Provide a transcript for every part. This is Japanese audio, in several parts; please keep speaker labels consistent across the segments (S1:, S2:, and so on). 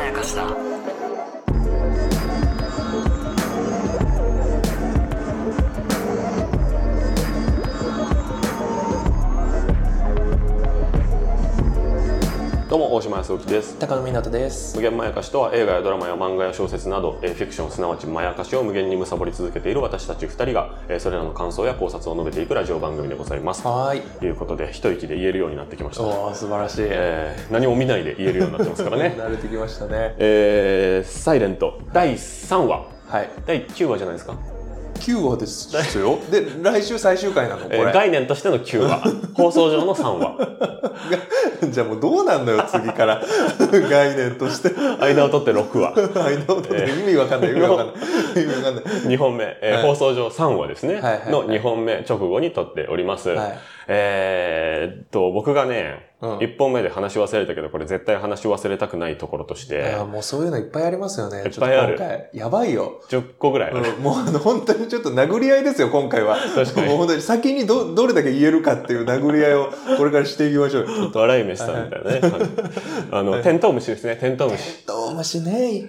S1: やかしだ
S2: どうも大島康之です
S3: 高野湊です
S2: 無限まやかしとは映画やドラマや漫画や小説など、えーフィクションすなわちまやかしを無限に貪り続けている私たち2人が、えーそれらの感想や考察を述べていくラジオ番組でございます
S3: はーい
S2: ということで一息で言えるようになってきました、
S3: おお素晴らしい、
S2: えー何も見ないで言えるようになってますから ね
S3: 慣れてきましたね
S2: えーサイレント」第3話
S3: はい
S2: 第9話じゃないですか、
S3: 9話ですよ で来週最終回なのこ
S2: えー
S3: れ、
S2: 概念としての9話 放送上の3話
S3: じゃあもうどうなんのよ次から概念として
S2: 間を取って6話
S3: あいの意味わかんない意味わかんない意味わかんない
S2: 2本目、えー
S3: はい
S2: 放送上3話ですね、
S3: いはいはい
S2: の2本目直後に撮っております、
S3: はい
S2: えーっと僕がね、
S3: うん
S2: 1本目で話し忘れたけどこれ絶対話し忘れたくないところとし
S3: い
S2: て
S3: やもうそういうのいっぱいありますよね
S2: いっぱいある
S3: ちょっと今回やばいよ
S2: 10個ぐらいある、
S3: もうあの本当にちょっと殴り合いですよ今回は
S2: 確かに
S3: もう本当に先にどどれだけ言えるかっていう殴り合いをこれからしていきましょ う
S2: ちょっと笑い飯さんみたいな ね、感じあの、テントウムシですねテントウムシ
S3: どうもしね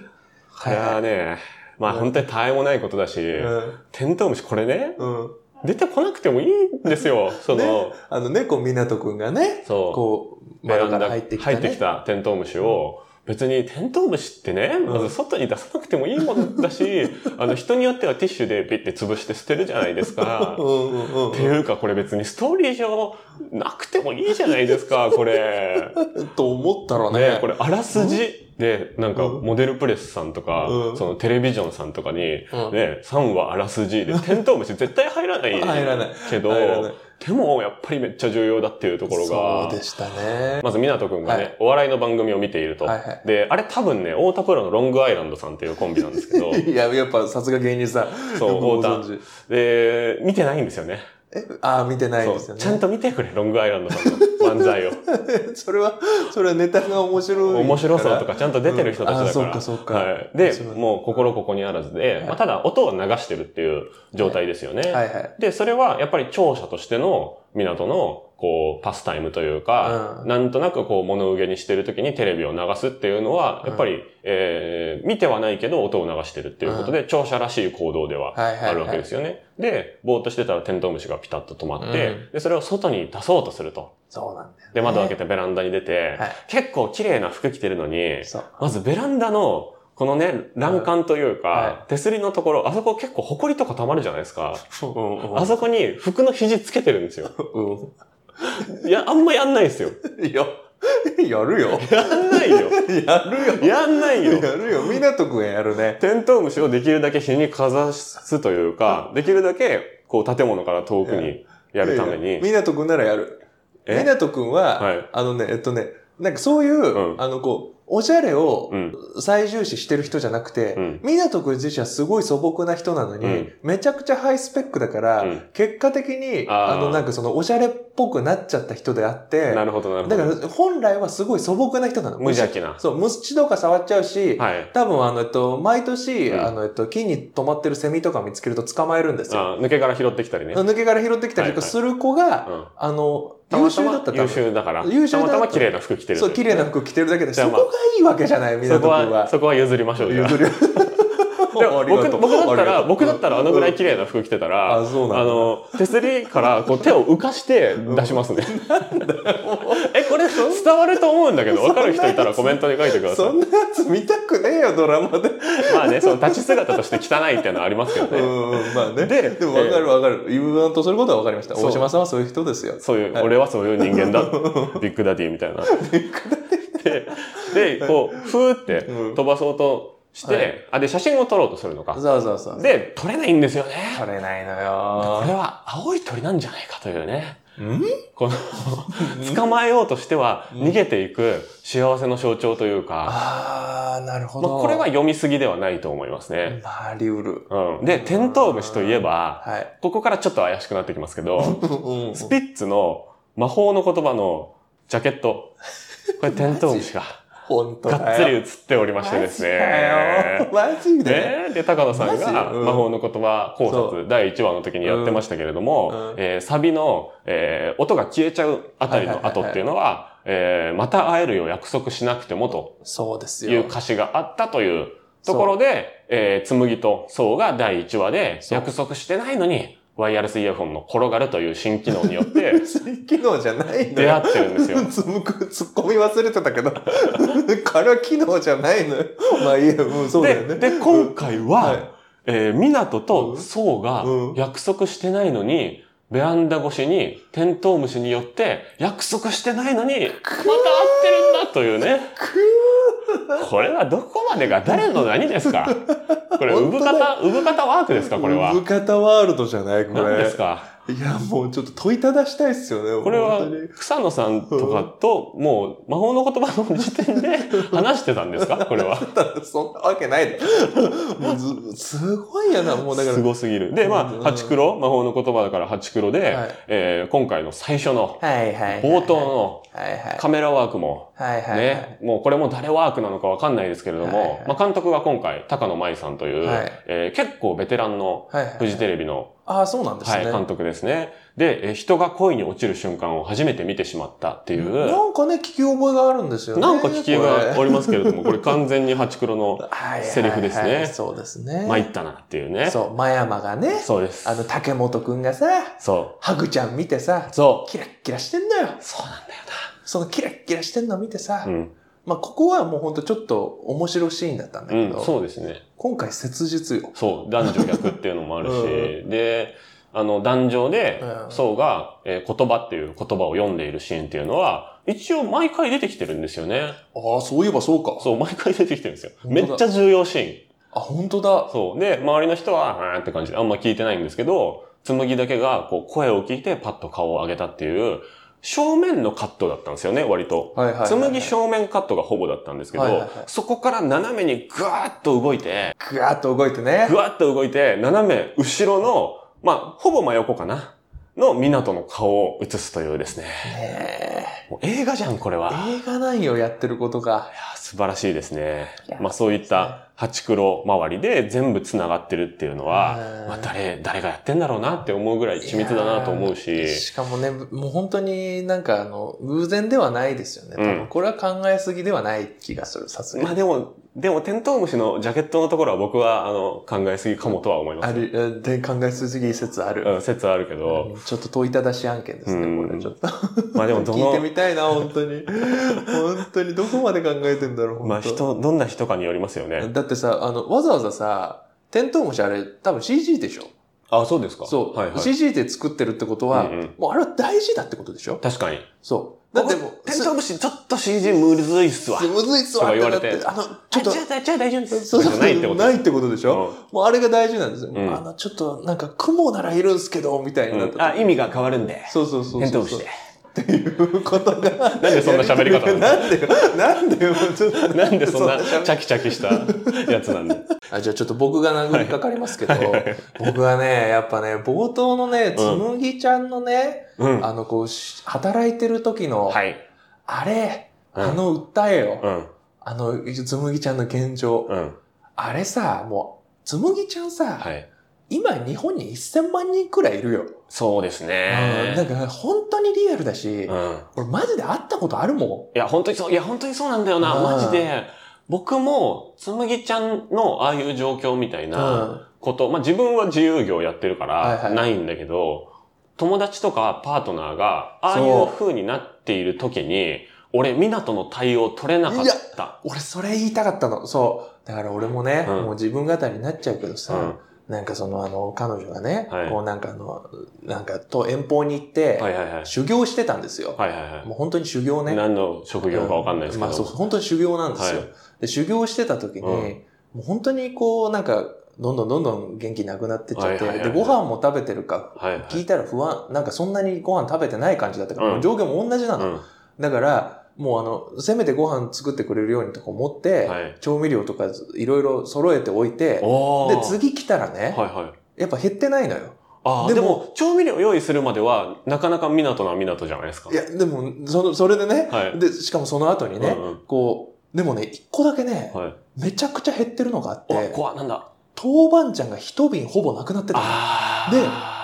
S2: これはねまあ本当にたえもないことだし、
S3: えうん
S2: テントウムシこれね
S3: うん
S2: 出てこなくてもいいんですよその、
S3: あのね、こう、港くんがね、
S2: そう
S3: こう、
S2: ベラ
S3: 窓
S2: ン
S3: か
S2: ダ
S3: ら入ってきた、ね。
S2: テントウムシを、別にテントウムシってね、まず外に出さなくてもいいものだ し、あの人によってはティッシュでピッて潰して捨てるじゃないですか
S3: う。んうんうん
S2: っていうかこれ別にストーリー上なくてもいいじゃないですか、こ れ。
S3: うん。と思ったらね。
S2: ね、これあらすじで、なんか
S3: うん
S2: モデルプレスさんとか、
S3: うん
S2: そのテレビジョンさんとかに、ね、
S3: うん
S2: 3話あらすじで、テントウムシ絶対入らない。
S3: 入らない
S2: けど
S3: 入らない、
S2: でもやっぱりめっちゃ重要だっていうところが。
S3: そうでしたね。
S2: まず、湊くんがね、
S3: はい
S2: お笑いの番組を見ていると。
S3: はいはい、
S2: で、あれ多分ね、太田プロのロングアイランドさんっていうコンビなんですけど
S3: いや、やっぱさすが芸人さん。
S2: そう
S3: よくご
S2: 太田
S3: 存知
S2: で、見てないんですよね。
S3: え、ああ、見てないです
S2: そ
S3: よ
S2: う
S3: ね。
S2: ちゃんと見てくれ、ロングアイランドさんの漫才 を。
S3: それは、それはネタが面白いから。
S2: 面白そうとか、ちゃんと出てる人たちだから。
S3: うんあーそっかそっか
S2: はい。で
S3: 面白、い
S2: もう心ここにあらずで、まあ、ただ音を流してるっていう状態ですよね。
S3: はいはい。
S2: で、それはやっぱり聴者としての港の、こう、パスタイムというか、
S3: うん
S2: なんとなくこう、物憂げにしてる時にテレビを流すっていうのは、やっぱり、えー見てはないけど音を流してるっていうことで、聴者らしい行動では
S3: はいはいはい
S2: あるわけですよね。で、ぼーっとしてたらテントウムシがピタッと止まって、
S3: う
S2: で、それを外に出そうとすると。
S3: そうなんだよ。
S2: で、窓開けてベランダに出て、
S3: はい
S2: 結構綺麗な服着てるのに、
S3: そう。
S2: まずベランダの、このね、欄干というか、
S3: うんは
S2: 手すりのところ、あそこ結構埃とか溜まるじゃないですか。
S3: うんうん
S2: あそこに服の肘つけてるんですよ。
S3: う
S2: いや、あんまやんないですよ。
S3: ん。いや、やるよ。
S2: やんないよ。
S3: やるよ。
S2: やんないよ。
S3: やるよ。港くんやるね。
S2: テントウムシをできるだけ日にかざすというか、できるだけ、こう、建物から遠くにやるため
S3: いやいや
S2: に。
S3: 港くんならやる。
S2: え
S3: 港くんは、
S2: はい
S3: あのね、えっとね、なんかそういう、
S2: うん
S3: あのこう、おしゃれを
S2: うん
S3: 最重視してる人じゃなくて、
S2: うん
S3: 港くん自身はすごい素朴な人なのに、
S2: うん
S3: めちゃくちゃハイスペックだから、
S2: うん
S3: 結果的に、
S2: あー
S3: あのなんかそのおしゃれっぽくなっちゃった人であって、
S2: なるほど、なるほ
S3: だか
S2: ど。
S3: ら本来はすごい素朴な人なの。
S2: 無邪気な。
S3: そう、虫とか触っちゃうし、
S2: はい。
S3: 多分あの、えっと、毎年、
S2: うん
S3: あの、えっと、木に止まってるセミとか見つけると捕まえるんですよ。
S2: あ抜け殻拾ってきたりね。うん。
S3: 抜け殻拾ってきたりとかする子が、あの、
S2: た
S3: 優
S2: また
S3: 秀だった
S2: ま
S3: 多分
S2: 優秀だから。
S3: 優秀だった
S2: たまたま綺麗な服着てるとい
S3: そ、
S2: う
S3: 綺麗な服着てるだけで、
S2: じゃあ
S3: そ
S2: ま
S3: こ
S2: あ
S3: がいいわけじゃない、
S2: そ
S3: 港
S2: こ
S3: 君は。
S2: は、そこは譲りましょう。じゃあ
S3: 譲る。
S2: でも
S3: ありが
S2: 僕
S3: とう
S2: 僕だったら、
S3: うん
S2: 僕だったらあのぐらい綺麗な服着てたら、
S3: あそうなんだ
S2: あの、手すりからこう手を浮かして出しますね。 え、これ伝わると思うんだけど、わかる人いたらコメントに書いてくださ
S3: そ
S2: い。
S3: んなやつ見たくねえよ、ドラマで。
S2: まあね、その立ち姿として汚いっていうのはありますけど
S3: う
S2: ね。
S3: んうん、まあね。
S2: で
S3: でも分かる分かる。言わんとすることは分かりました。
S2: そう
S3: 大島さんはそういう人ですよ。
S2: そういう、俺はそういう人間だ。ビッグダディみたいな。で、で、こう、ふーって飛ばそうとして、
S3: はい
S2: あ、で、写真を撮ろうとするのか。
S3: そうそうそう。
S2: で、撮れないんですよね。
S3: 取れないの
S2: こ
S3: よ。
S2: れは青い鳥なんじゃないかというね。
S3: ん
S2: この、捕まえようとしては逃げていく幸せの象徴というか、
S3: あー、なるほ
S2: まあ、
S3: ど。
S2: これは、読み過ぎではないと思いますね。
S3: まあ、リウル。
S2: うん、で、テントウムシといえば、
S3: はい。
S2: ここからちょっと怪しくなってきますけど、
S3: うん
S2: スピッツの魔法の言葉のジャケット。これテントウムシが、
S3: 本当
S2: がっつり
S3: だよ。
S2: 映っておりましてですね。
S3: マジだよ。マジで。
S2: ね、で、高野さんが
S3: マジうん
S2: 魔法の言葉考
S3: そ
S2: 察第1話の時にやってましたけれども、
S3: うんうん
S2: えーサビの、えー音が消えちゃうあたりの後っていうのは、えーまた会えるよ約束しなくてもと
S3: そうです
S2: いう
S3: よ。
S2: 歌詞があったというところで、えー、つむぎとそうが第1話で、
S4: そう
S2: 約束してないのに、ワイヤレスイヤホンの転がるという新機能によって、
S4: 新機能じゃないの
S2: 出会
S4: よ。
S2: ってるんですよ。
S4: つむく、突っ込み忘れてたけど。 から機能じゃないのよ。まあいいや、うん、 そうだよね。
S2: で、で、今回は、
S4: はい
S2: えー、港
S4: う
S2: と
S4: ん
S2: そうが
S4: うん
S2: 約束してないのに、ベランダ越しにテントウムシによって約束してないのに、また会ってるんだというね。これはどこまでが誰の何ですかこれ、
S4: 本
S2: 産
S4: 当だ
S2: 方、産方ワークですかこれは。
S4: 産方ワールドじゃないこ
S2: 何
S4: れ。
S2: ですか
S4: いや、もうちょっと問いただしたいっすよね。
S2: これは
S4: 本当に、
S2: 草野さんとかと、もう、魔法の言葉の時点で話してたんですかこれは。
S4: そんなわけないで。もうずすごいやな、もうだから。
S2: すごすぎる。で、ま
S4: うん
S2: あ、ハチクロ、魔法の言葉だからハチクロで、
S3: はい
S2: えー今回の最初の、
S3: はいはい。
S2: 冒頭。の
S3: はいはい。
S2: カメラワークも、
S3: はいはい。
S2: ね、もうこれも誰ワークなのかわかんないですけれど
S3: はいは
S2: も
S3: い、
S2: まあ監督が今回、高野舞さんという
S3: はい、
S2: えー結構ベテランの
S3: はいはい。
S2: フジテレビの、
S3: ああ、そうなんです
S2: はい、
S3: ね。
S2: 監督ですね。で、えー人が恋に落ちる瞬間を初めて見てしまったっていう、
S3: なんかね、聞き覚えがあるんですよね。
S2: なんか聞きが
S3: こ
S2: おりますけれども、これ完全にハチクロ
S3: れ
S2: の
S3: はいはいはい
S2: セリフですね
S3: そうですね。
S2: 参ったなっていうね。
S3: そう、真山がね、
S2: そうです
S3: あ。の、竹本くんがさ、
S2: そ
S3: ハグちゃん見てさ
S2: う。、そう。
S3: キラッキラしてんのよ。
S2: そうなんだよ
S3: そのキラッキラしてんの見てさ、
S2: な。うん。
S3: まあ、ここはもうほんとちょっと面白シーンだったんだけど、
S2: うん、そうですね。
S3: 今回切実よ。
S2: そう、男女逆っていうのもあるし、で、あの、壇上で
S3: う、ん
S2: そうが、えー言葉っていう言葉を読んでいるシーンっていうのは、一応毎回出てきてるんですよね。
S3: ああ、そういえばそうか
S2: そう、毎回出てきてるんですよ。
S3: 本
S2: め
S3: 当だ
S2: っちゃ重要シーン。
S3: あ、本当だ。
S2: そう。で、周りの人は、あーって感じで、あんま聞いてないんですけど、紬だけが、こう、声を聞いてパッと顔を上げたっていう、正面のカットだったんですよね、割と。
S3: はいはいはい、はい。
S2: 紬正面カットがほぼだったんですけど、
S3: はいはいはい
S2: そこから斜めにぐわーっと動いて、
S3: ぐわっと動いて ね
S2: ぐ。わっと動いて、斜め後ろの、まあ、ほぼ真横かな。の港の顔を映すというですね。
S3: ね
S2: もう映画じゃん、これ
S3: え
S2: は。
S3: 映画なんよ、やってることが
S2: い。や素晴らしいですね
S3: いや。
S2: まあ、そういったハチクロ周りで全部繋がってるっていうのは
S3: う、ん
S2: まあ、誰、誰がやってんだろうなって思うぐらい緻密だなと思う
S3: いや
S2: し
S3: ー。しかもね、もう本当になんかあの、偶然ではないですよね。多
S2: うん
S3: 分これは考えすぎではない気がする、さすが
S2: まあ
S3: に。
S2: でも、でも、テントウムシのジャケットのところは僕は、あの、考えすぎかもとは思いま
S3: あ
S2: す。
S3: る、うんで、考えすぎ説ある。
S2: うん、説はあるけど、
S3: ちょっと問いただし案件ですね、
S2: うん
S3: これちょっと。
S2: まあでも、ど
S3: 聞いて
S2: の、
S3: みたいな、本当に。本当に、どこまで考えてんだろう、
S2: まあ
S3: 本当
S2: 人、どんな人かによりますよね。
S3: だってさ、あの、わざわざさ、テントウムシあれ、多分 CG でしょ
S2: あ、そうですか
S3: そう、
S2: はいはい。
S3: CG で作ってるってこと
S2: う
S3: は、
S2: んうん
S3: もうあれは大事だってことでしょ
S2: 確かに。
S3: そう。だってもう、
S2: テントウムシちょっと CG むずいっすわ。
S3: すむずいっす
S2: と
S3: わ
S2: か
S3: って
S2: 言わ
S3: な
S2: れ
S3: ってて、あの、ちょっと、
S2: あじゃあ大丈夫で
S3: そうそう
S2: じゃないってこと
S3: ないってことでしょ、
S2: うん
S3: もうあれが大事なんですよ。
S2: うん
S3: あの、ちょっと、なんか、雲ならいるんすけど、みたいになった時、
S2: あ、意味が変わるんで。
S3: そうそうそうそう。
S2: テントウムシで。
S3: っていうことが。なん
S2: でそんな喋り方なの
S3: なんでよ。なんでよ。ちょっと
S2: なんでそんな
S3: そんな
S2: チャキチャキしたやつなんで。
S3: あじゃあちょっと僕が殴りかかりますけど、僕はね、やっぱね、冒頭のね、つむぎちゃんのね、
S2: うん。
S3: あの、 こうし、働いてる時の、
S2: はい。
S3: あれ、
S2: うん
S3: あの訴えよ、
S2: うん。
S3: あの、つむぎちゃんの現状、
S2: うん。
S3: あれさ、もう、つむぎちゃんさ、
S2: はい。
S3: 今日本に1000万人くらいいるよ。
S2: そうです
S3: うんな
S2: ね
S3: ん。か、本当にリアルだし、
S2: うん。
S3: 俺マジで会ったことあるも
S2: いや、本当にそう、いや、本当にそうなんだよな。
S3: うん
S2: マジで。僕も、つむぎちゃんのああいう状況みたい
S3: ん。
S2: な、こと、まあ自分は自由業やってるか
S3: はいは
S2: ら
S3: い
S2: ないんだけど、友達とかパートナーがああい
S3: そう
S2: う風になっている時に、俺、港の対応取れなかった。
S3: 俺それ言いたかったの。そう。だから俺もね、
S2: うん
S3: もう自分語りになっちゃうけど
S2: うん。
S3: さ、なんかそのあの、彼女がね、
S2: はい
S3: こうなんかあの、なんかと遠方に行って、
S2: はいはいはい。
S3: 修行してたんですよ。
S2: はいはいは
S3: もう本当に修行
S2: い。
S3: ね。
S2: 何の職業かわかんないですけど。
S3: まあそう、本当に修行なんですよ。
S2: はい
S3: で修行してた時に、
S2: うん
S3: もう本当にこうなんか、どんどんどんどん元気なくなってっちゃって、
S2: はいはいはいはい
S3: で、ご飯も食べてるか、
S2: はいはい。
S3: 聞いたら不安、なんかそんなにご飯食べてない感じだったから、
S2: うん
S3: もう状況も同じな
S2: う
S3: の。
S2: ん。
S3: だから、もうあの、せめてご飯作ってくれるようにとか思って、
S2: はい
S3: 調味料とかいろいろ揃えておいて、
S2: お
S3: で
S2: ー、
S3: 次来たらね、
S2: はいはい。
S3: やっぱ減ってないのよ。
S2: ああ、で
S3: でも
S2: も、調味料用意するまでは、なかなか港な港じゃないですか。
S3: いや、でも、その、それでね、
S2: はい。
S3: で、しかもその後にね、
S2: うんうん
S3: こう、でもね、一個だけね、
S2: はい。
S3: めちゃくちゃ減ってるのがあっ
S2: お、
S3: て、
S2: 怖っなんだ。
S3: 豆板醤が一瓶ほぼなくなってたの。
S2: あ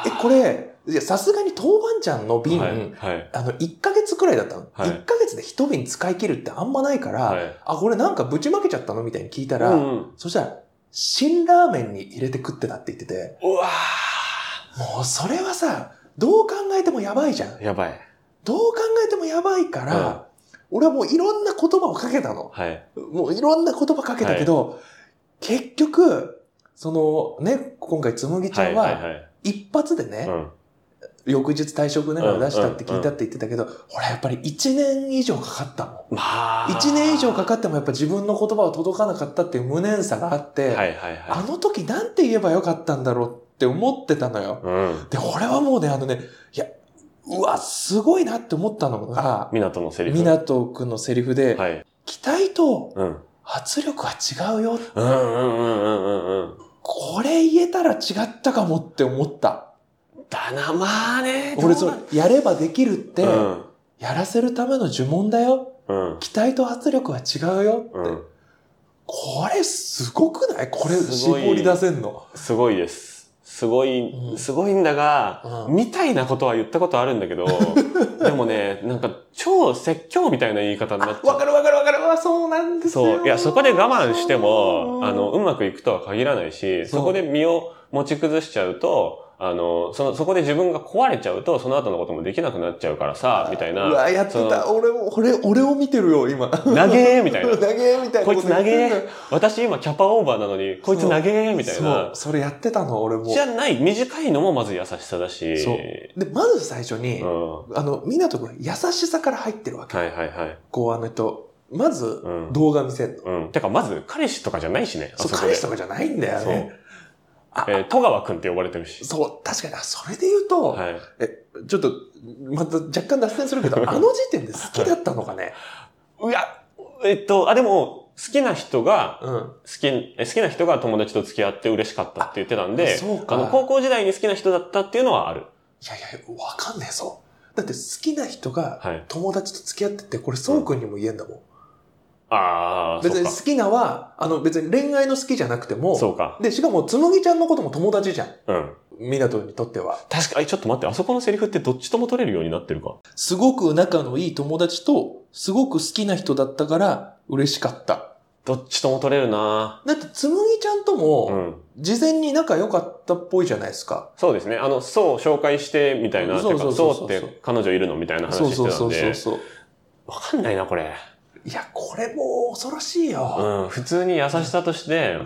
S3: でえ、これ、いや、さすがに豆板醤の瓶、
S2: はい。はい。
S3: あの、1ヶ月くらいだったの。
S2: はい
S3: 1ヶ月で一瓶使い切るってあんまないから、
S2: はい。
S3: あ、これなんかぶちまけちゃったのみたいに聞いたら、
S2: うんうん
S3: そしたら、辛ラーメンに入れて食ってたって言ってて、
S2: うわ
S3: もうそれはさ、どう考えてもやばいじゃん。
S2: ーやばい。
S3: どう考えてもやばいから、俺はもういろんな言葉をかけたの。
S2: はい。
S3: もういろんな言葉かけたけど、結局、そのね、今回つむぎち
S2: は
S3: ゃん
S2: い。
S3: は、
S2: はい。
S3: 一発でね
S2: う、ん。
S3: 翌日退職願を出したって聞いたって言ってたけど、ほらやっぱり1年以上かかったもん。
S2: まあ。
S3: 1年以上かかってもやっぱ自分の言葉は届かなかったっていう無念さがあって、
S2: はいはい
S3: あ
S2: は
S3: の時なんて言えばよかったんだろうって思ってたのよ。
S2: い。うん。
S3: で、俺はもうね、あのね、いや、うわ、すごいなって思ったのが、
S2: 港のセリフ。
S3: 港くんのセリフで、
S2: はい。
S3: 期待と
S2: うん。
S3: 圧力は違うよ。
S2: うんうんうんうんうんうん。
S3: これ言えたら違ったかもって思った。
S2: だな、まあね。
S3: 俺、そ
S2: ど
S3: れ
S2: うな、
S3: やればできるって、
S2: うん。
S3: やらせるための呪文だよ。
S2: うん。
S3: 期待と圧力は違うよって。
S2: うん。
S3: これ、すごくないこれ、
S2: すごい
S3: 絞り出せんの。
S2: すごいです。すごい
S3: うん、
S2: すごいんだが、
S3: うん
S2: みたいなことは言ったことあるんだ けど、でもね、なんか、超説教みたいな言い方になっちゃ
S3: わ
S2: う。
S3: かるわかるわかるわ、そうなんですよ。
S2: そう。いや、そこで我慢しても、
S3: そう
S2: あの、うまくいくとは限らないし、
S3: そう
S2: そこで身を持ち崩しちゃうと、あの、その、そこで自分が壊れちゃうと、その後のこともできなくなっちゃうからさ、みたいうな、
S3: わ、やって
S2: そ
S3: た。俺も、俺、俺を見てるよ、今。
S2: 投げー みたいな
S4: 投。げみたいな
S2: こい
S4: こ
S2: つ
S4: と
S2: 投げ
S4: 言ってん
S2: ー私今キャパオーバーなのに、こいつ投げーみたい
S3: そう
S2: な、。
S3: それやってたの、俺も
S2: じ。ゃない、短いのもまず優しさだし、
S3: そうで、まず最初に、
S2: うん。は
S3: あの、港くん、優しさから入ってるわ
S2: い
S3: け。
S2: はいはい。
S3: こう、あの人、まず
S2: う、ん。
S3: 動画見せんの。
S2: うん。てか、まず、彼氏とかじゃないしね。あ
S3: そう、
S2: こで
S3: 彼氏とかじゃないんだよね。あ
S2: そう。えー、戸川くんって呼ばれてるし。
S3: そう、確かに、あそれで言うと、
S2: はい。
S3: ちょっと、また若干脱線するけど、あの時点で好きだったのか ね。
S2: いや、えっと、あ、でも、好きな人が、
S3: うん。
S2: 好き、え好きな人が友達と付き合って嬉しかったって言ってたんで、
S3: そうか。
S2: あの、高校時代に好きな人だったっていうのはある。
S3: いやいや、わかんねえぞ。だって好きな人が
S2: はい。
S3: 友達と付き合ってて、これ、そうくんにも言えんだもん。
S2: ああ、そ
S3: 別
S2: う
S3: に
S2: か
S3: 好。きなは、あの、別に恋愛の好きじゃなくても、
S2: そうか。
S3: で、しかも、つむぎちゃんのことも友達じゃん。
S2: うん。
S3: みなとにとっては。
S2: 確か、え、ちょっと待って、あそこのセリフってどっちとも取れるようになってるか。
S3: すごく仲のいい友達と、すごく好きな人だったから、嬉しかった。
S2: どっちとも取れるな
S3: だって、つむぎちゃんと
S2: う
S3: も、
S2: ん。
S3: 事前に仲良かったっぽいじゃないですか。
S2: そうですね。あの、そう紹介して、みたいな。
S3: そう
S2: てか
S3: そう
S2: そ
S3: そう
S2: う
S3: そう
S2: って彼女いるのみたいな話
S3: そう
S2: して
S3: そう
S2: た
S3: そ
S2: ん
S3: うそう
S2: で。
S3: そう。
S2: わかんないな、これ。
S3: いや、これもう恐ろしいよ。
S2: うん。普通に優しさとして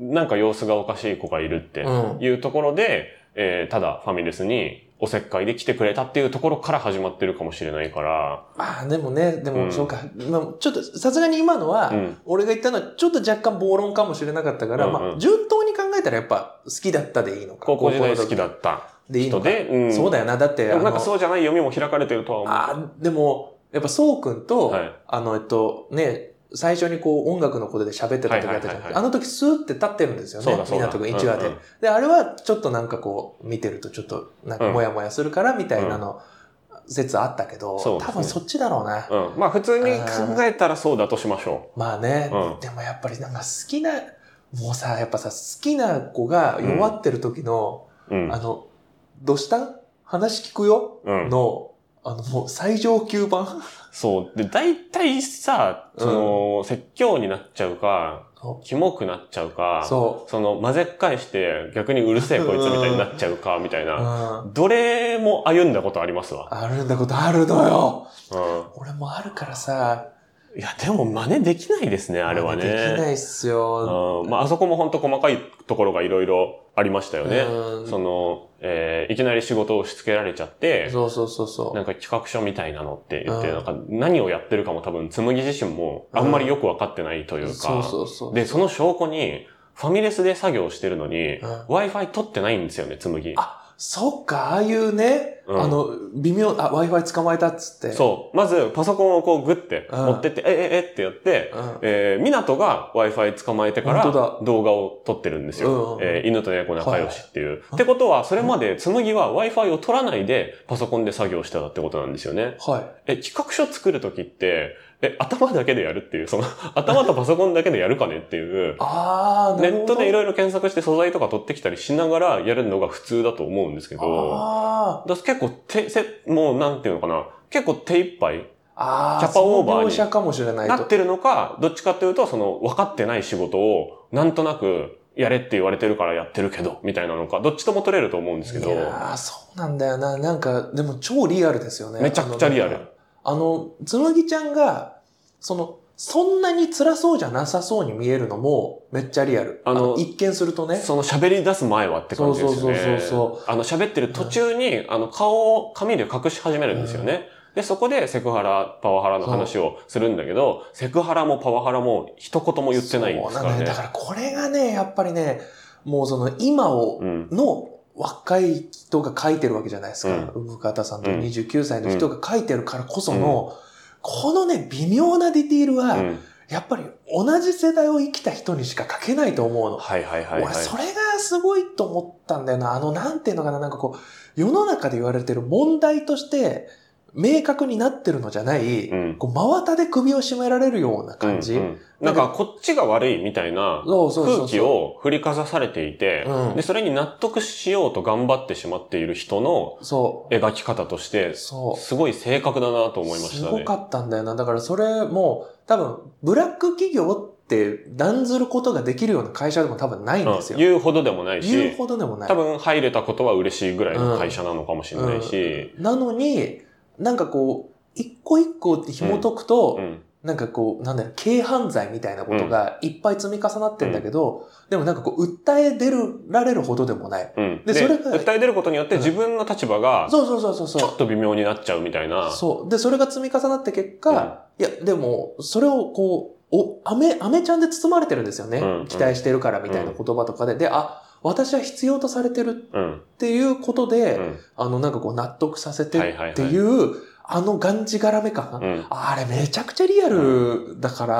S3: う、ん。
S2: なんか様子がおかしい子がいるって
S3: うん。
S2: いうところで、えーただファミレスにおせっかいで来てくれたっていうところから始まってるかもしれないから、
S3: まあ、でもね、で
S2: う
S3: も、
S2: ん
S3: そうか。まあ、ちょっと、さすがに今のは、
S2: うん。
S3: 俺が言ったのはちょっと若干暴論かもしれなかったから、
S2: うんうん
S3: まあ、順当に考えたらやっぱ好きだったでいいのか。
S2: 高校時代好き
S3: 高校
S2: だった
S3: でいいの
S2: 人
S3: か。
S2: で、うん。
S3: そうだよな。だって、
S2: でもなん
S3: あ
S2: か
S3: の
S2: そうじゃない読みも開かれてるとは思う。
S3: あーでも、やっぱそうくんと、
S2: はい
S3: あの、えっと、ね、最初にこう音楽のことで喋ってた時あったじゃ
S2: はいはいはい
S3: ん。
S2: はい
S3: あの時スーって立ってるんですよ
S2: そう
S3: ね
S2: だ。そうだ。
S3: 港くん1話で、
S2: うんうん
S3: で、あれはちょっとなんかこう、見てるとちょっと、なんかモヤモヤするからみたいなの、説あったけど、
S2: そうです
S3: 多
S2: ね
S3: 分そっちだろうな。
S2: うん。まあ普通に考えたらそうだとしましょ
S3: まあね、
S2: うん
S3: でもやっぱりなんか好きな、もうさ、やっぱさ、好きな子が弱ってる時の、
S2: う。うん
S3: あ。の、どうした話聞くよ
S2: うん。
S3: の、あの、もう最上級版
S2: そう。で、大体さ、その、説教になっちゃうか
S3: そ、
S2: キモくなっちゃうか、
S3: そ。
S2: その、混ぜっ返して、逆にうるせえこいつみたいになっちゃうか、みたいう
S3: う
S2: な。
S3: ん。
S2: どれも歩んだことありますわ。
S3: あるんだことあるのよ。
S2: う
S3: 俺もあるからさ。
S2: ん。いや、でも真似できないですね、あれはね。
S3: できないっすよ。
S2: うん。まあ、あそこも本当細かいところがいろいろありましたよね。
S3: うん
S2: その、えーいきなり仕事を押し付けられちゃって、
S3: そうそうそうそ
S2: なんか企画書みたいなのって言って、
S3: うん。
S2: なんか何をやってるかも多分、紬自身もあんまりよくわかってないというう
S3: そう
S2: か、
S3: そうそう。
S2: で、その証拠に、ファミレスで作業してるのに
S3: う、ん
S2: Wi-Fi 取ってないんですよね、紬。
S3: あそっか、ああいうね、
S2: うん
S3: あの、微妙、あ、Wi-Fi 捕まえたっつって。
S2: そう。まず、パソコンをこうグッて
S3: うん
S2: 持ってって、え、え、えってやって、
S3: うん。
S2: えー、港が Wi-Fi 捕まえてから
S3: 本当
S2: 動画を撮ってるんです
S3: うんうんう
S2: よ
S3: ん。
S2: えー犬と猫仲良しっていう。
S3: い
S2: ってことは、それまで紬は Wi-Fi を取らないでパソコンで作業してたってことなんですよね。
S3: はい。
S2: え、企画書作るときって、え、頭だけでやるっていう、その、 頭とパソコンだけでやるかねっていう、
S3: ああ、
S2: ネ
S3: なるほ
S2: ッ
S3: ど。
S2: トでいろいろ検索して素材とか取ってきたりしながらやるのが普通だと思うんですけど、
S3: あ
S2: だから結構手、せもうなんていうのかな、結構手一杯
S3: あ、ああ、
S2: キャパオーバーに
S3: その描写かもしれない
S2: な
S3: と
S2: っ。てるのか、どっちかというと、その、分かってない仕事を、なんとなく、やれって言われてるからやってるけど、みたいなのか、どっちとも取れると思うんですけど
S3: い、やーそうなんだよな。なんか、でも超リアルですよね。
S2: めちゃくちゃリアル。
S3: あの、つむぎちゃんが、その、そんなに辛そうじゃなさそうに見えるのも、めっちゃリアル。
S2: あの
S3: 一見するとね。
S2: その喋り出す前はって感じですよね。
S3: そうそうそうそう
S2: あの喋ってる途中に、あの顔を紙で隠し始めるんですよね。で、そこでセクハラ、パワハラの話をするんだけど、セクハラもパワハラも一言も言ってないんです
S3: そ
S2: か
S3: うな
S2: ら
S3: んだよだ
S2: ね。
S3: からこれがね、やっぱりね、もうその今を、
S2: うん。
S3: の若い人が書いてるわけじゃないですか。生方さんと
S2: うん
S3: 29歳の人が書いてるからこその、このね、微妙なディティールは、
S2: うん。
S3: やっぱり同じ世代を生きた人にしか書けないと思うの。
S2: はいはいはい、はい
S3: 俺、。それがすごいと思ったんだよな。あの、なんていうのかな、なんかこう、世の中で言われてる問題として、明確になってるのじゃない、
S2: うん
S3: こう、真綿で首を絞められるような感じ。
S2: うんうんなんか、こっちが悪いみたいな
S3: そうそうそ
S2: 空
S3: うそう
S2: 気を振りかざされていて、
S3: うん
S2: で、それに納得しようと頑張ってしまっている人の
S3: そう。
S2: 描き方として、
S3: そう。
S2: すごい正確だなと思いまし
S3: す
S2: た
S3: ご
S2: ね。
S3: かったんだよな。だからそれも、多分、ブラック企業って断ずることができるような会社でも多分ないんです
S2: うん
S3: よ。
S2: 言うほどでもない
S3: 言う
S2: し、
S3: ほどでもない。
S2: 多分入れたことは嬉しいぐらいの会社なのかもしれないし、
S3: なのに、なんかこう、一個一個って紐解くと、
S2: うん
S3: なんかこう、なんだろう、軽犯罪みたいなことがいっぱい積み重なってんだけど、でもなんかこう、訴え出るられるほどでもない。
S2: うん
S3: で
S2: で
S3: それが
S2: 訴え出ることによって自分の立場が
S3: そうそうそうそう
S2: ちょ
S3: そ
S2: っと微妙になっちゃうみたいな
S3: う。、そう。で、それが積み重なって結果、いや、でも、それをこう、お、アメ、アメちゃんで包まれてるんですよね。
S2: うん
S3: 期待してるからみたいな言葉とかで。で、あ、私は必要とされてる
S2: うん
S3: っていうことで、
S2: うん
S3: あの、なんかこう、納得させて
S2: はいはいはい
S3: っていう、あのがんじがらめ感。
S2: うん
S3: あれめちゃくちゃリアルだから、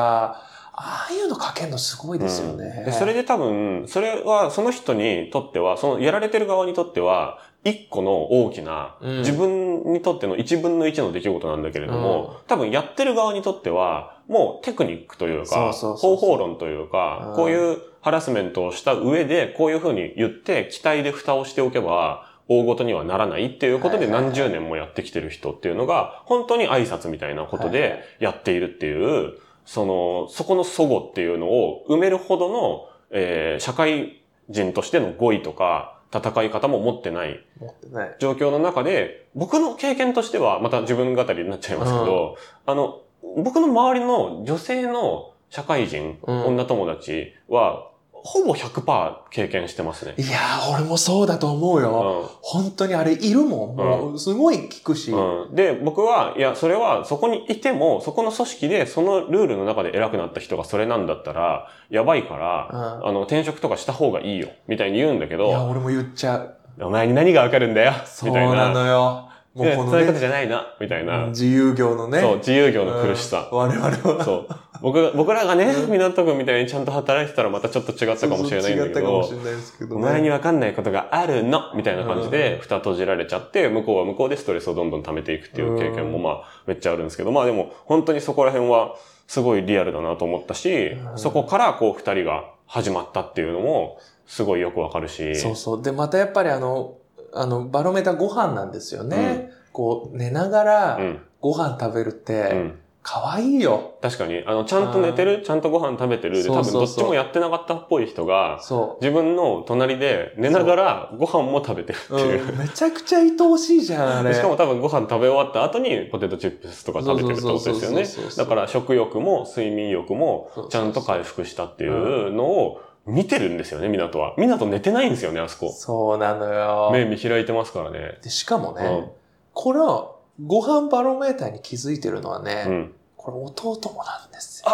S3: ああいうの書けるのすごいですよね。
S2: うんでそれで多分、それはその人にとっては、そのやられてる側にとっては、一個の大きな、
S3: うん
S2: 自分にとっての1分の1の出来事なんだけれども、多分やってる側にとっては、もうテクニックという
S3: そう
S2: か、
S3: そうそうそう
S2: 方法論というか
S3: うん、
S2: こういうハラスメントをした上で、こういうふうに言って、期待で蓋をしておけば、大ごとにはならないっていうこと
S3: は
S2: で
S3: いはいはい
S2: 何十年もやってきてる人っていうのが、本当に挨拶みたいなこと
S3: はいは
S2: でやっているっていう、その、そこの祖語っていうのを埋めるほどの、えー社会人としての語彙とか、戦い方も持ってない
S3: 持ってない。
S2: 状況の中で、僕の経験としては、また自分語りになっちゃいますけど、あの、僕の周りの女性の社会人、
S3: うん
S2: 女友達は、ほぼ100%経験してますね。
S3: いやー、俺もそうだと思う
S2: う
S3: よ。
S2: ん
S3: 本当にあれいるもん。もう、すごい聞くし。
S2: うん、で、僕は、いや、それは、そこにいても、そこの組織で、そのルールの中で偉くなった人がそれなんだったら、やばいから、
S3: うん
S2: あの、転職とかした方がいいよ、みたいに言うんだけ
S3: いや、
S2: ど、
S3: 俺も言っちゃう。
S2: お前に何がわかるんだよ、
S3: そう
S2: みたい
S3: な
S2: な。
S3: のよ。もう
S2: で
S3: こ
S2: そういうこ
S3: の
S2: とじ
S3: ね、
S2: ゃないな、みたいな。
S3: 自由業のね。
S2: そう、自由業
S3: うん、
S2: の苦しさ。
S3: 我々は。
S2: そう。僕が、僕らがね、港区みたいにちゃんと働いてたらまたちょっと違ったかもしれないんだ
S3: 違っ
S2: け
S3: たかもし
S2: ど、
S3: れないですけど
S2: お
S3: ね。
S2: 前にわかんないことがあるのみたいな感じ
S3: う
S2: で、蓋閉じられちゃって、向こうは向こうでストレスをどんどん溜めていくっていう経験も
S3: うん
S2: まあ、めっちゃあるんですけど、まあでも、本当にそこら辺は、すごいリアルだなと思ったし
S3: う、ん
S2: そこからこう、二人が始まったっていうのも、すごいよくわかるし、
S3: そうそう。で、またやっぱりあの、あの、バロメーターご飯なんですよね。こう、寝なが
S2: う
S3: ら
S2: ん。
S3: ご飯食べるっ
S2: う
S3: て、
S2: ん。
S3: 可愛いよ。
S2: 確かに、あの、ちゃんと寝てる、ちゃんとご飯食べてる、で
S3: そ
S2: 多
S3: う
S2: 分
S3: そ
S2: ど
S3: う
S2: っ
S3: そう
S2: ちもやってなかったっぽい人が、
S3: そう。
S2: 自分の隣で寝ながらご飯も食べてるっていう。
S3: うん、めちゃくちゃ愛おしいじゃん、あれ。
S2: しかも多分ご飯食べ終わった後にポテトチップスとか食べてるってことですよね
S3: そうそうそうそう。そう
S2: だから食欲も睡眠欲もちゃんと回復したっていうのを見てるんですよね、港は。港寝てないんですよね、あそこ。
S3: そうなのよ。
S2: 目見開いてますからね。
S3: でしかもね、
S2: うん
S3: このご飯バロメーターに気づいてるのはね、
S2: うん。
S3: これ弟もなんですよ。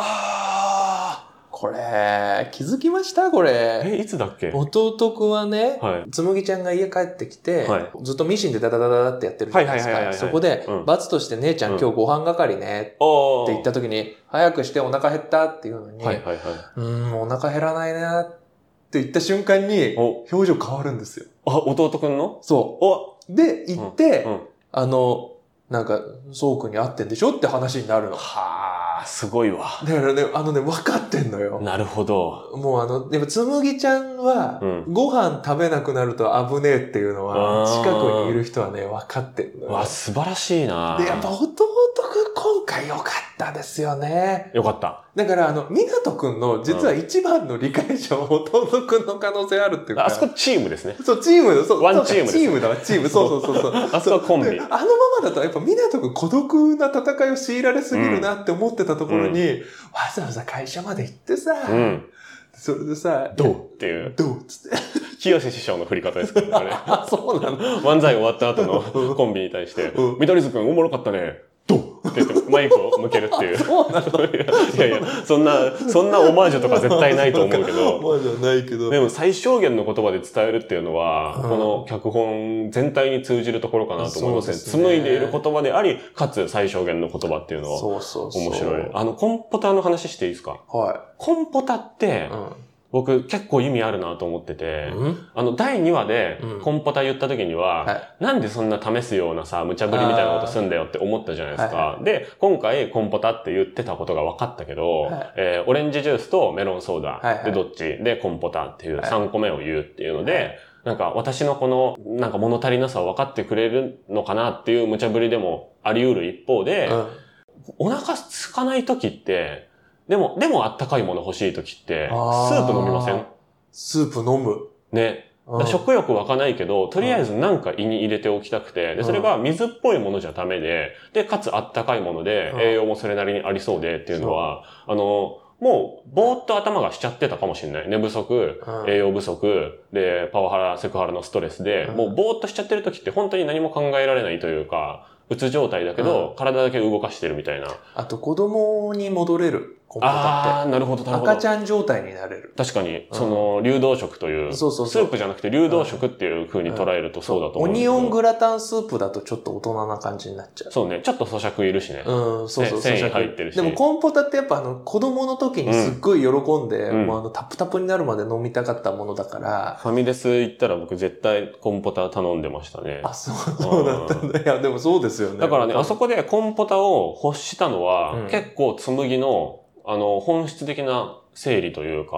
S2: あ
S3: これ、気づきましたこれ。
S2: え、いつだっけはい。
S3: 弟くんはね、
S2: はい
S3: つむぎちゃんが家帰ってきて、
S2: はい
S3: ずっとミシンでダダダダダってやってるじゃないです
S2: はいはい
S3: か。
S2: はいはい
S3: そ
S2: はい
S3: こで、
S2: うん
S3: 罰として姉ちゃん、
S2: うん
S3: 今日ご飯係ね、
S2: お
S3: って言った時に、早くしてお腹減ったっていうのに、
S2: はいはいはい。
S3: うーん、お腹減らないなって言った瞬間に、
S2: お、
S3: 表情変わるんですよ。
S2: あ、弟くんの
S3: そ
S2: お、
S3: う。で、行って、
S2: うん。
S3: あの、なんか、そうくんに会ってんでしょって話になるの。
S2: はやー、すごいわ。
S3: だからね、あのね、分かってんのよ。
S2: なるほど。
S3: もうあの、やっぱつむぎちゃんは
S2: う、ん
S3: ご飯食べなくなると危ねえっていうのは、
S2: あー
S3: 近くにいる人はね、分かってんのよ
S2: わ、。素晴らしいな
S3: で、やっぱ弟くん今回良かったですよね。
S2: よかった。
S3: だからあの、港くんの実は一番の理解者は弟くんの可能性あるっていうか。
S2: あそこチームですね。
S3: そう、チームの、そう、
S2: ワンチームです
S3: そうチームだわ、チーム。そうそうそう そう。
S2: あそこはコンビ
S3: で。あのままだとやっぱ港くん孤独な戦いを強いられすぎるなって思ってたところに、わざわざ会社まで行ってさ、
S2: うん。
S3: それでさ、
S2: どうっていう。
S3: どうつって。
S2: 清志師匠の振り方ですけどね。
S3: あ、そうなの。
S2: 漫才終わった後のコンビに対して
S3: う、
S2: 見取り図くんおもろかったね。ドンって言ってマイクを向けるって いう。 いやいや、そんな、そんなオマージュとか絶対ないと思うけど。
S3: まあじゃないけど。
S2: でも最小限の言葉で伝えるっていうのは、
S3: う
S2: こ
S3: ん
S2: の脚本全体に通じるところかなと思いますね。
S3: そうですね
S2: 紡いでいる言葉であり、かつ最小限の言葉っていうのは
S3: そうそうそう。
S2: 面白い。あの、コンポタの話していいですか
S3: は
S2: コンポタって
S3: い。、
S2: 僕結構意味あるなと思ってて、
S3: うん。
S2: あの、第2話で
S3: うん、
S2: コンポタ言った時には、
S3: はい
S2: なんでそんな試すようなさ、無茶ぶりみたいなことすんだよって思ったじゃないですか。
S3: あ
S2: で、今回コンポタって言ってたことが分かったけど、
S3: はい
S2: えーオレンジジュースとメロンソーダ、
S3: はいはい
S2: で、どっちでコンポタっていう
S3: はい
S2: 3個目を言うっていうので、
S3: はい
S2: なんか私のこの、なんか物足りなさを分かってくれるのかなっていう無茶ぶりでもあり得る一方で、
S3: うん。
S2: お腹空かない時って、でも、でもあったかいもの欲しい時って、ス
S3: あー
S2: ープ飲みません
S3: スープ飲む。
S2: ね。だか
S3: うん
S2: ら食欲湧かないけど、とりあえずなんか胃に入れておきたくて、
S3: うん
S2: で、それが水っぽいものじゃダメで、で、かつあったかいもので
S3: う、ん
S2: 栄養もそれなりにありそうでっていうのは、あの、もう、ぼーっと頭がしちゃってたかもしれない。寝不足、
S3: うん
S2: 栄養不足、で、パワハラ、セクハラのストレスで、
S3: うん
S2: もうぼーっとしちゃってる時って本当に何も考えられないというか、うつ状態だけど、体だけ動かしてるみたいな。
S3: あと子供に戻れる。コンポタ
S2: あ
S3: っ
S2: ー、なるほど、
S3: て。
S2: なるほど。
S3: 赤ちゃん状態になれる。
S2: 確かに、その、流動食という、
S3: そうそう
S2: ス
S3: そう
S2: ープじゃなくて流動食っていう風に捉えるとそうだと思
S3: オ
S2: うんですけ
S3: ニ
S2: ど。
S3: オングラタンスープだとちょっと大人な感じになっちゃう。
S2: そうね、ちょっと咀嚼いるしね。
S3: うん、そうそう、
S2: ね繊維
S3: 咀嚼
S2: 入ってるし
S3: でもコンポタってやっぱあの、子供の時にすっごい喜んで、
S2: うん
S3: もうあの、タプタプになるまで飲みたかったものだから、
S2: ファミレス行ったら僕絶対コンポタ頼んでましたね。
S3: あ、そう、そうだったんだ。いや、でもそうですよね。
S2: だからね、あそこでコンポタを欲したのは、
S3: うん
S2: 結構紬の、あの、本質的な整理というか、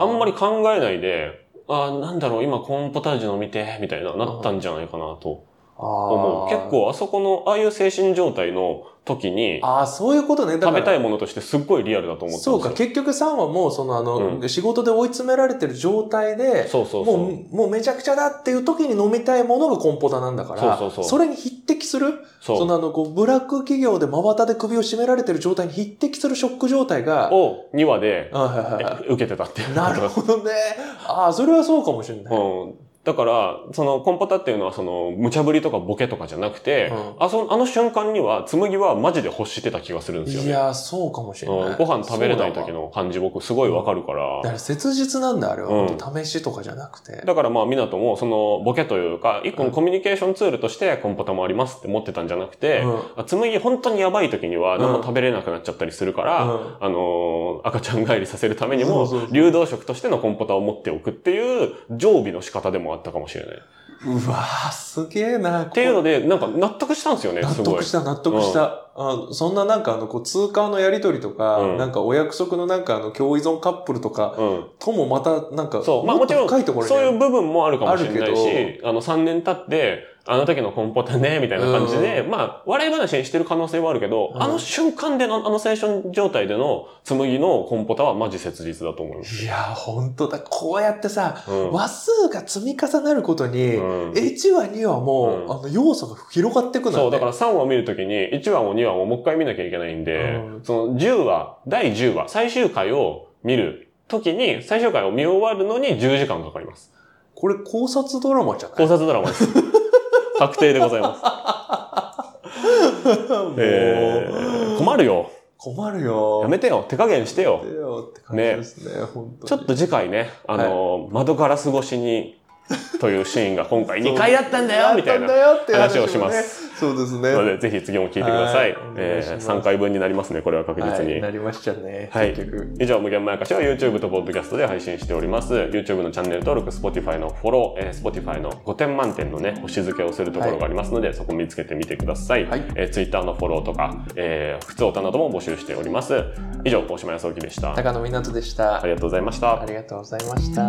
S3: あ
S2: あんま
S3: り。
S2: り考えないで、あーなんだろう、今コーンポタージュ飲みて、みたいな、なったんじゃないかなと思
S3: 思
S2: う。結。構あそこの、ああいう精神状態の時に、
S3: ああ、そういうことね。
S2: 食
S3: だから
S2: べたいものとしてすっごいリアルだと思ってます
S3: そ
S2: よ
S3: うか、結局さんはもう、そのあの、
S2: う
S3: 仕事で追い詰められてる状態で、
S2: そうそうそう。
S3: もう、もうめちゃくちゃだっていう時に飲みたいものがコンポタなんだから、
S2: そうそうそう
S3: れに匹敵する、
S2: そう
S3: そのあの、こう、ブラック企業で真綿で首を絞められてる状態に匹敵するショック状態が、
S2: を2話で
S3: あはいはいは
S2: え受けてたっていう
S3: い。なるほどね。ああ、それはそうかもしれない。
S2: うん。だから、その、コンポタっていうのは、その、無茶ぶりとかボケとかじゃなくて、
S3: うん
S2: あそあの瞬間には、紬はマジで欲してた気がするんですよ
S3: い
S2: ね。
S3: や、そうかもしれな
S2: う
S3: い。
S2: ん、ご飯食べれない時
S3: そうだわ
S2: の感じ、僕すごいわかるから。
S3: だから切実なんだ、あれは。
S2: うん
S3: 本当試しとかじゃなくて。
S2: だからまあ、港も、その、ボケというか、一個のコミュニケーションツールとして、コンポタもありますって持ってたんじゃなくて、
S3: うん
S2: あ紬本当にやばい時には、何も食べれなくなっちゃったりするから、
S3: うん
S2: あのー赤ちゃん帰りさせるためにも
S3: そうそうそ、う
S2: 流動食としてのコンポタを持っておくっていう、常備の仕方でもあったかもしれない。
S3: うわーすげえな。っ
S2: っていうので、なんか納得したんですよね、
S3: 納
S2: すご
S3: 得
S2: い
S3: し。た、納得した。あそんななんかあの、こう、通貨のやりとりとか、
S2: うん
S3: なんかお約束のなんかあの、共依存カップルとか、
S2: うん。
S3: ともまたなんか、
S2: そうまあ
S3: っと
S2: もちろん
S3: 深いところに
S2: そういう部分もあるかもしれない
S3: ある
S2: し、あの3年経って、あの時のコンポタね、みたいな感じで、まあ、笑い話にしてる可能性はあるけど、
S3: うん
S2: あの瞬間での、あのセッション状態での紬のコンポタはマジ切実だと思います。
S3: いや、本当だ。こうやってさ、
S2: うん。
S3: 話数が積み重なることに、
S2: うん
S3: 1話、2話も、
S2: うん
S3: あの、要素が広がってくの
S2: そう、だから3話見るときに、1話も2話ももう一回見なきゃいけないんで、
S3: うん
S2: その10話、第10話、最終回を見るときに、最終回を見終わるのに10時間かかり ます。
S3: これ考察ドラマじゃない
S2: 考察ドラマです。確定でございます。
S3: もう
S2: えー困るよ。
S3: 困るよ。
S2: やめてよ。手加減してよ
S3: て。よって感じですね、本当に
S2: ちょっと次回ね、あの、窓ガラス越しにというシーンが今回2回あったんだよみたいな
S3: やったんだよっていう
S2: 話を
S3: ね
S2: します。
S3: そうですね。
S2: ので、ぜひ次も聞いてください。
S3: はいお願
S2: え
S3: いし
S2: ー、
S3: ます
S2: 3回分になりますね、これは確実
S3: はい
S2: に。
S3: なりましたね。
S2: はい
S3: 結局。
S2: 以上、無限まやかしは YouTube と Podcast で配信しております。YouTube のチャンネル登録、Spotify のフォロー、えー Spotify の5点満点のね、星付けをするところがありますので、そこ見つけてみてください。
S3: はい
S2: えー Twitter のフォローとか、えー、普通歌なども募集しております。以上、大島康之でした。
S3: 高野湊でした。
S2: ありがとうございました
S3: あ。りがとうございました。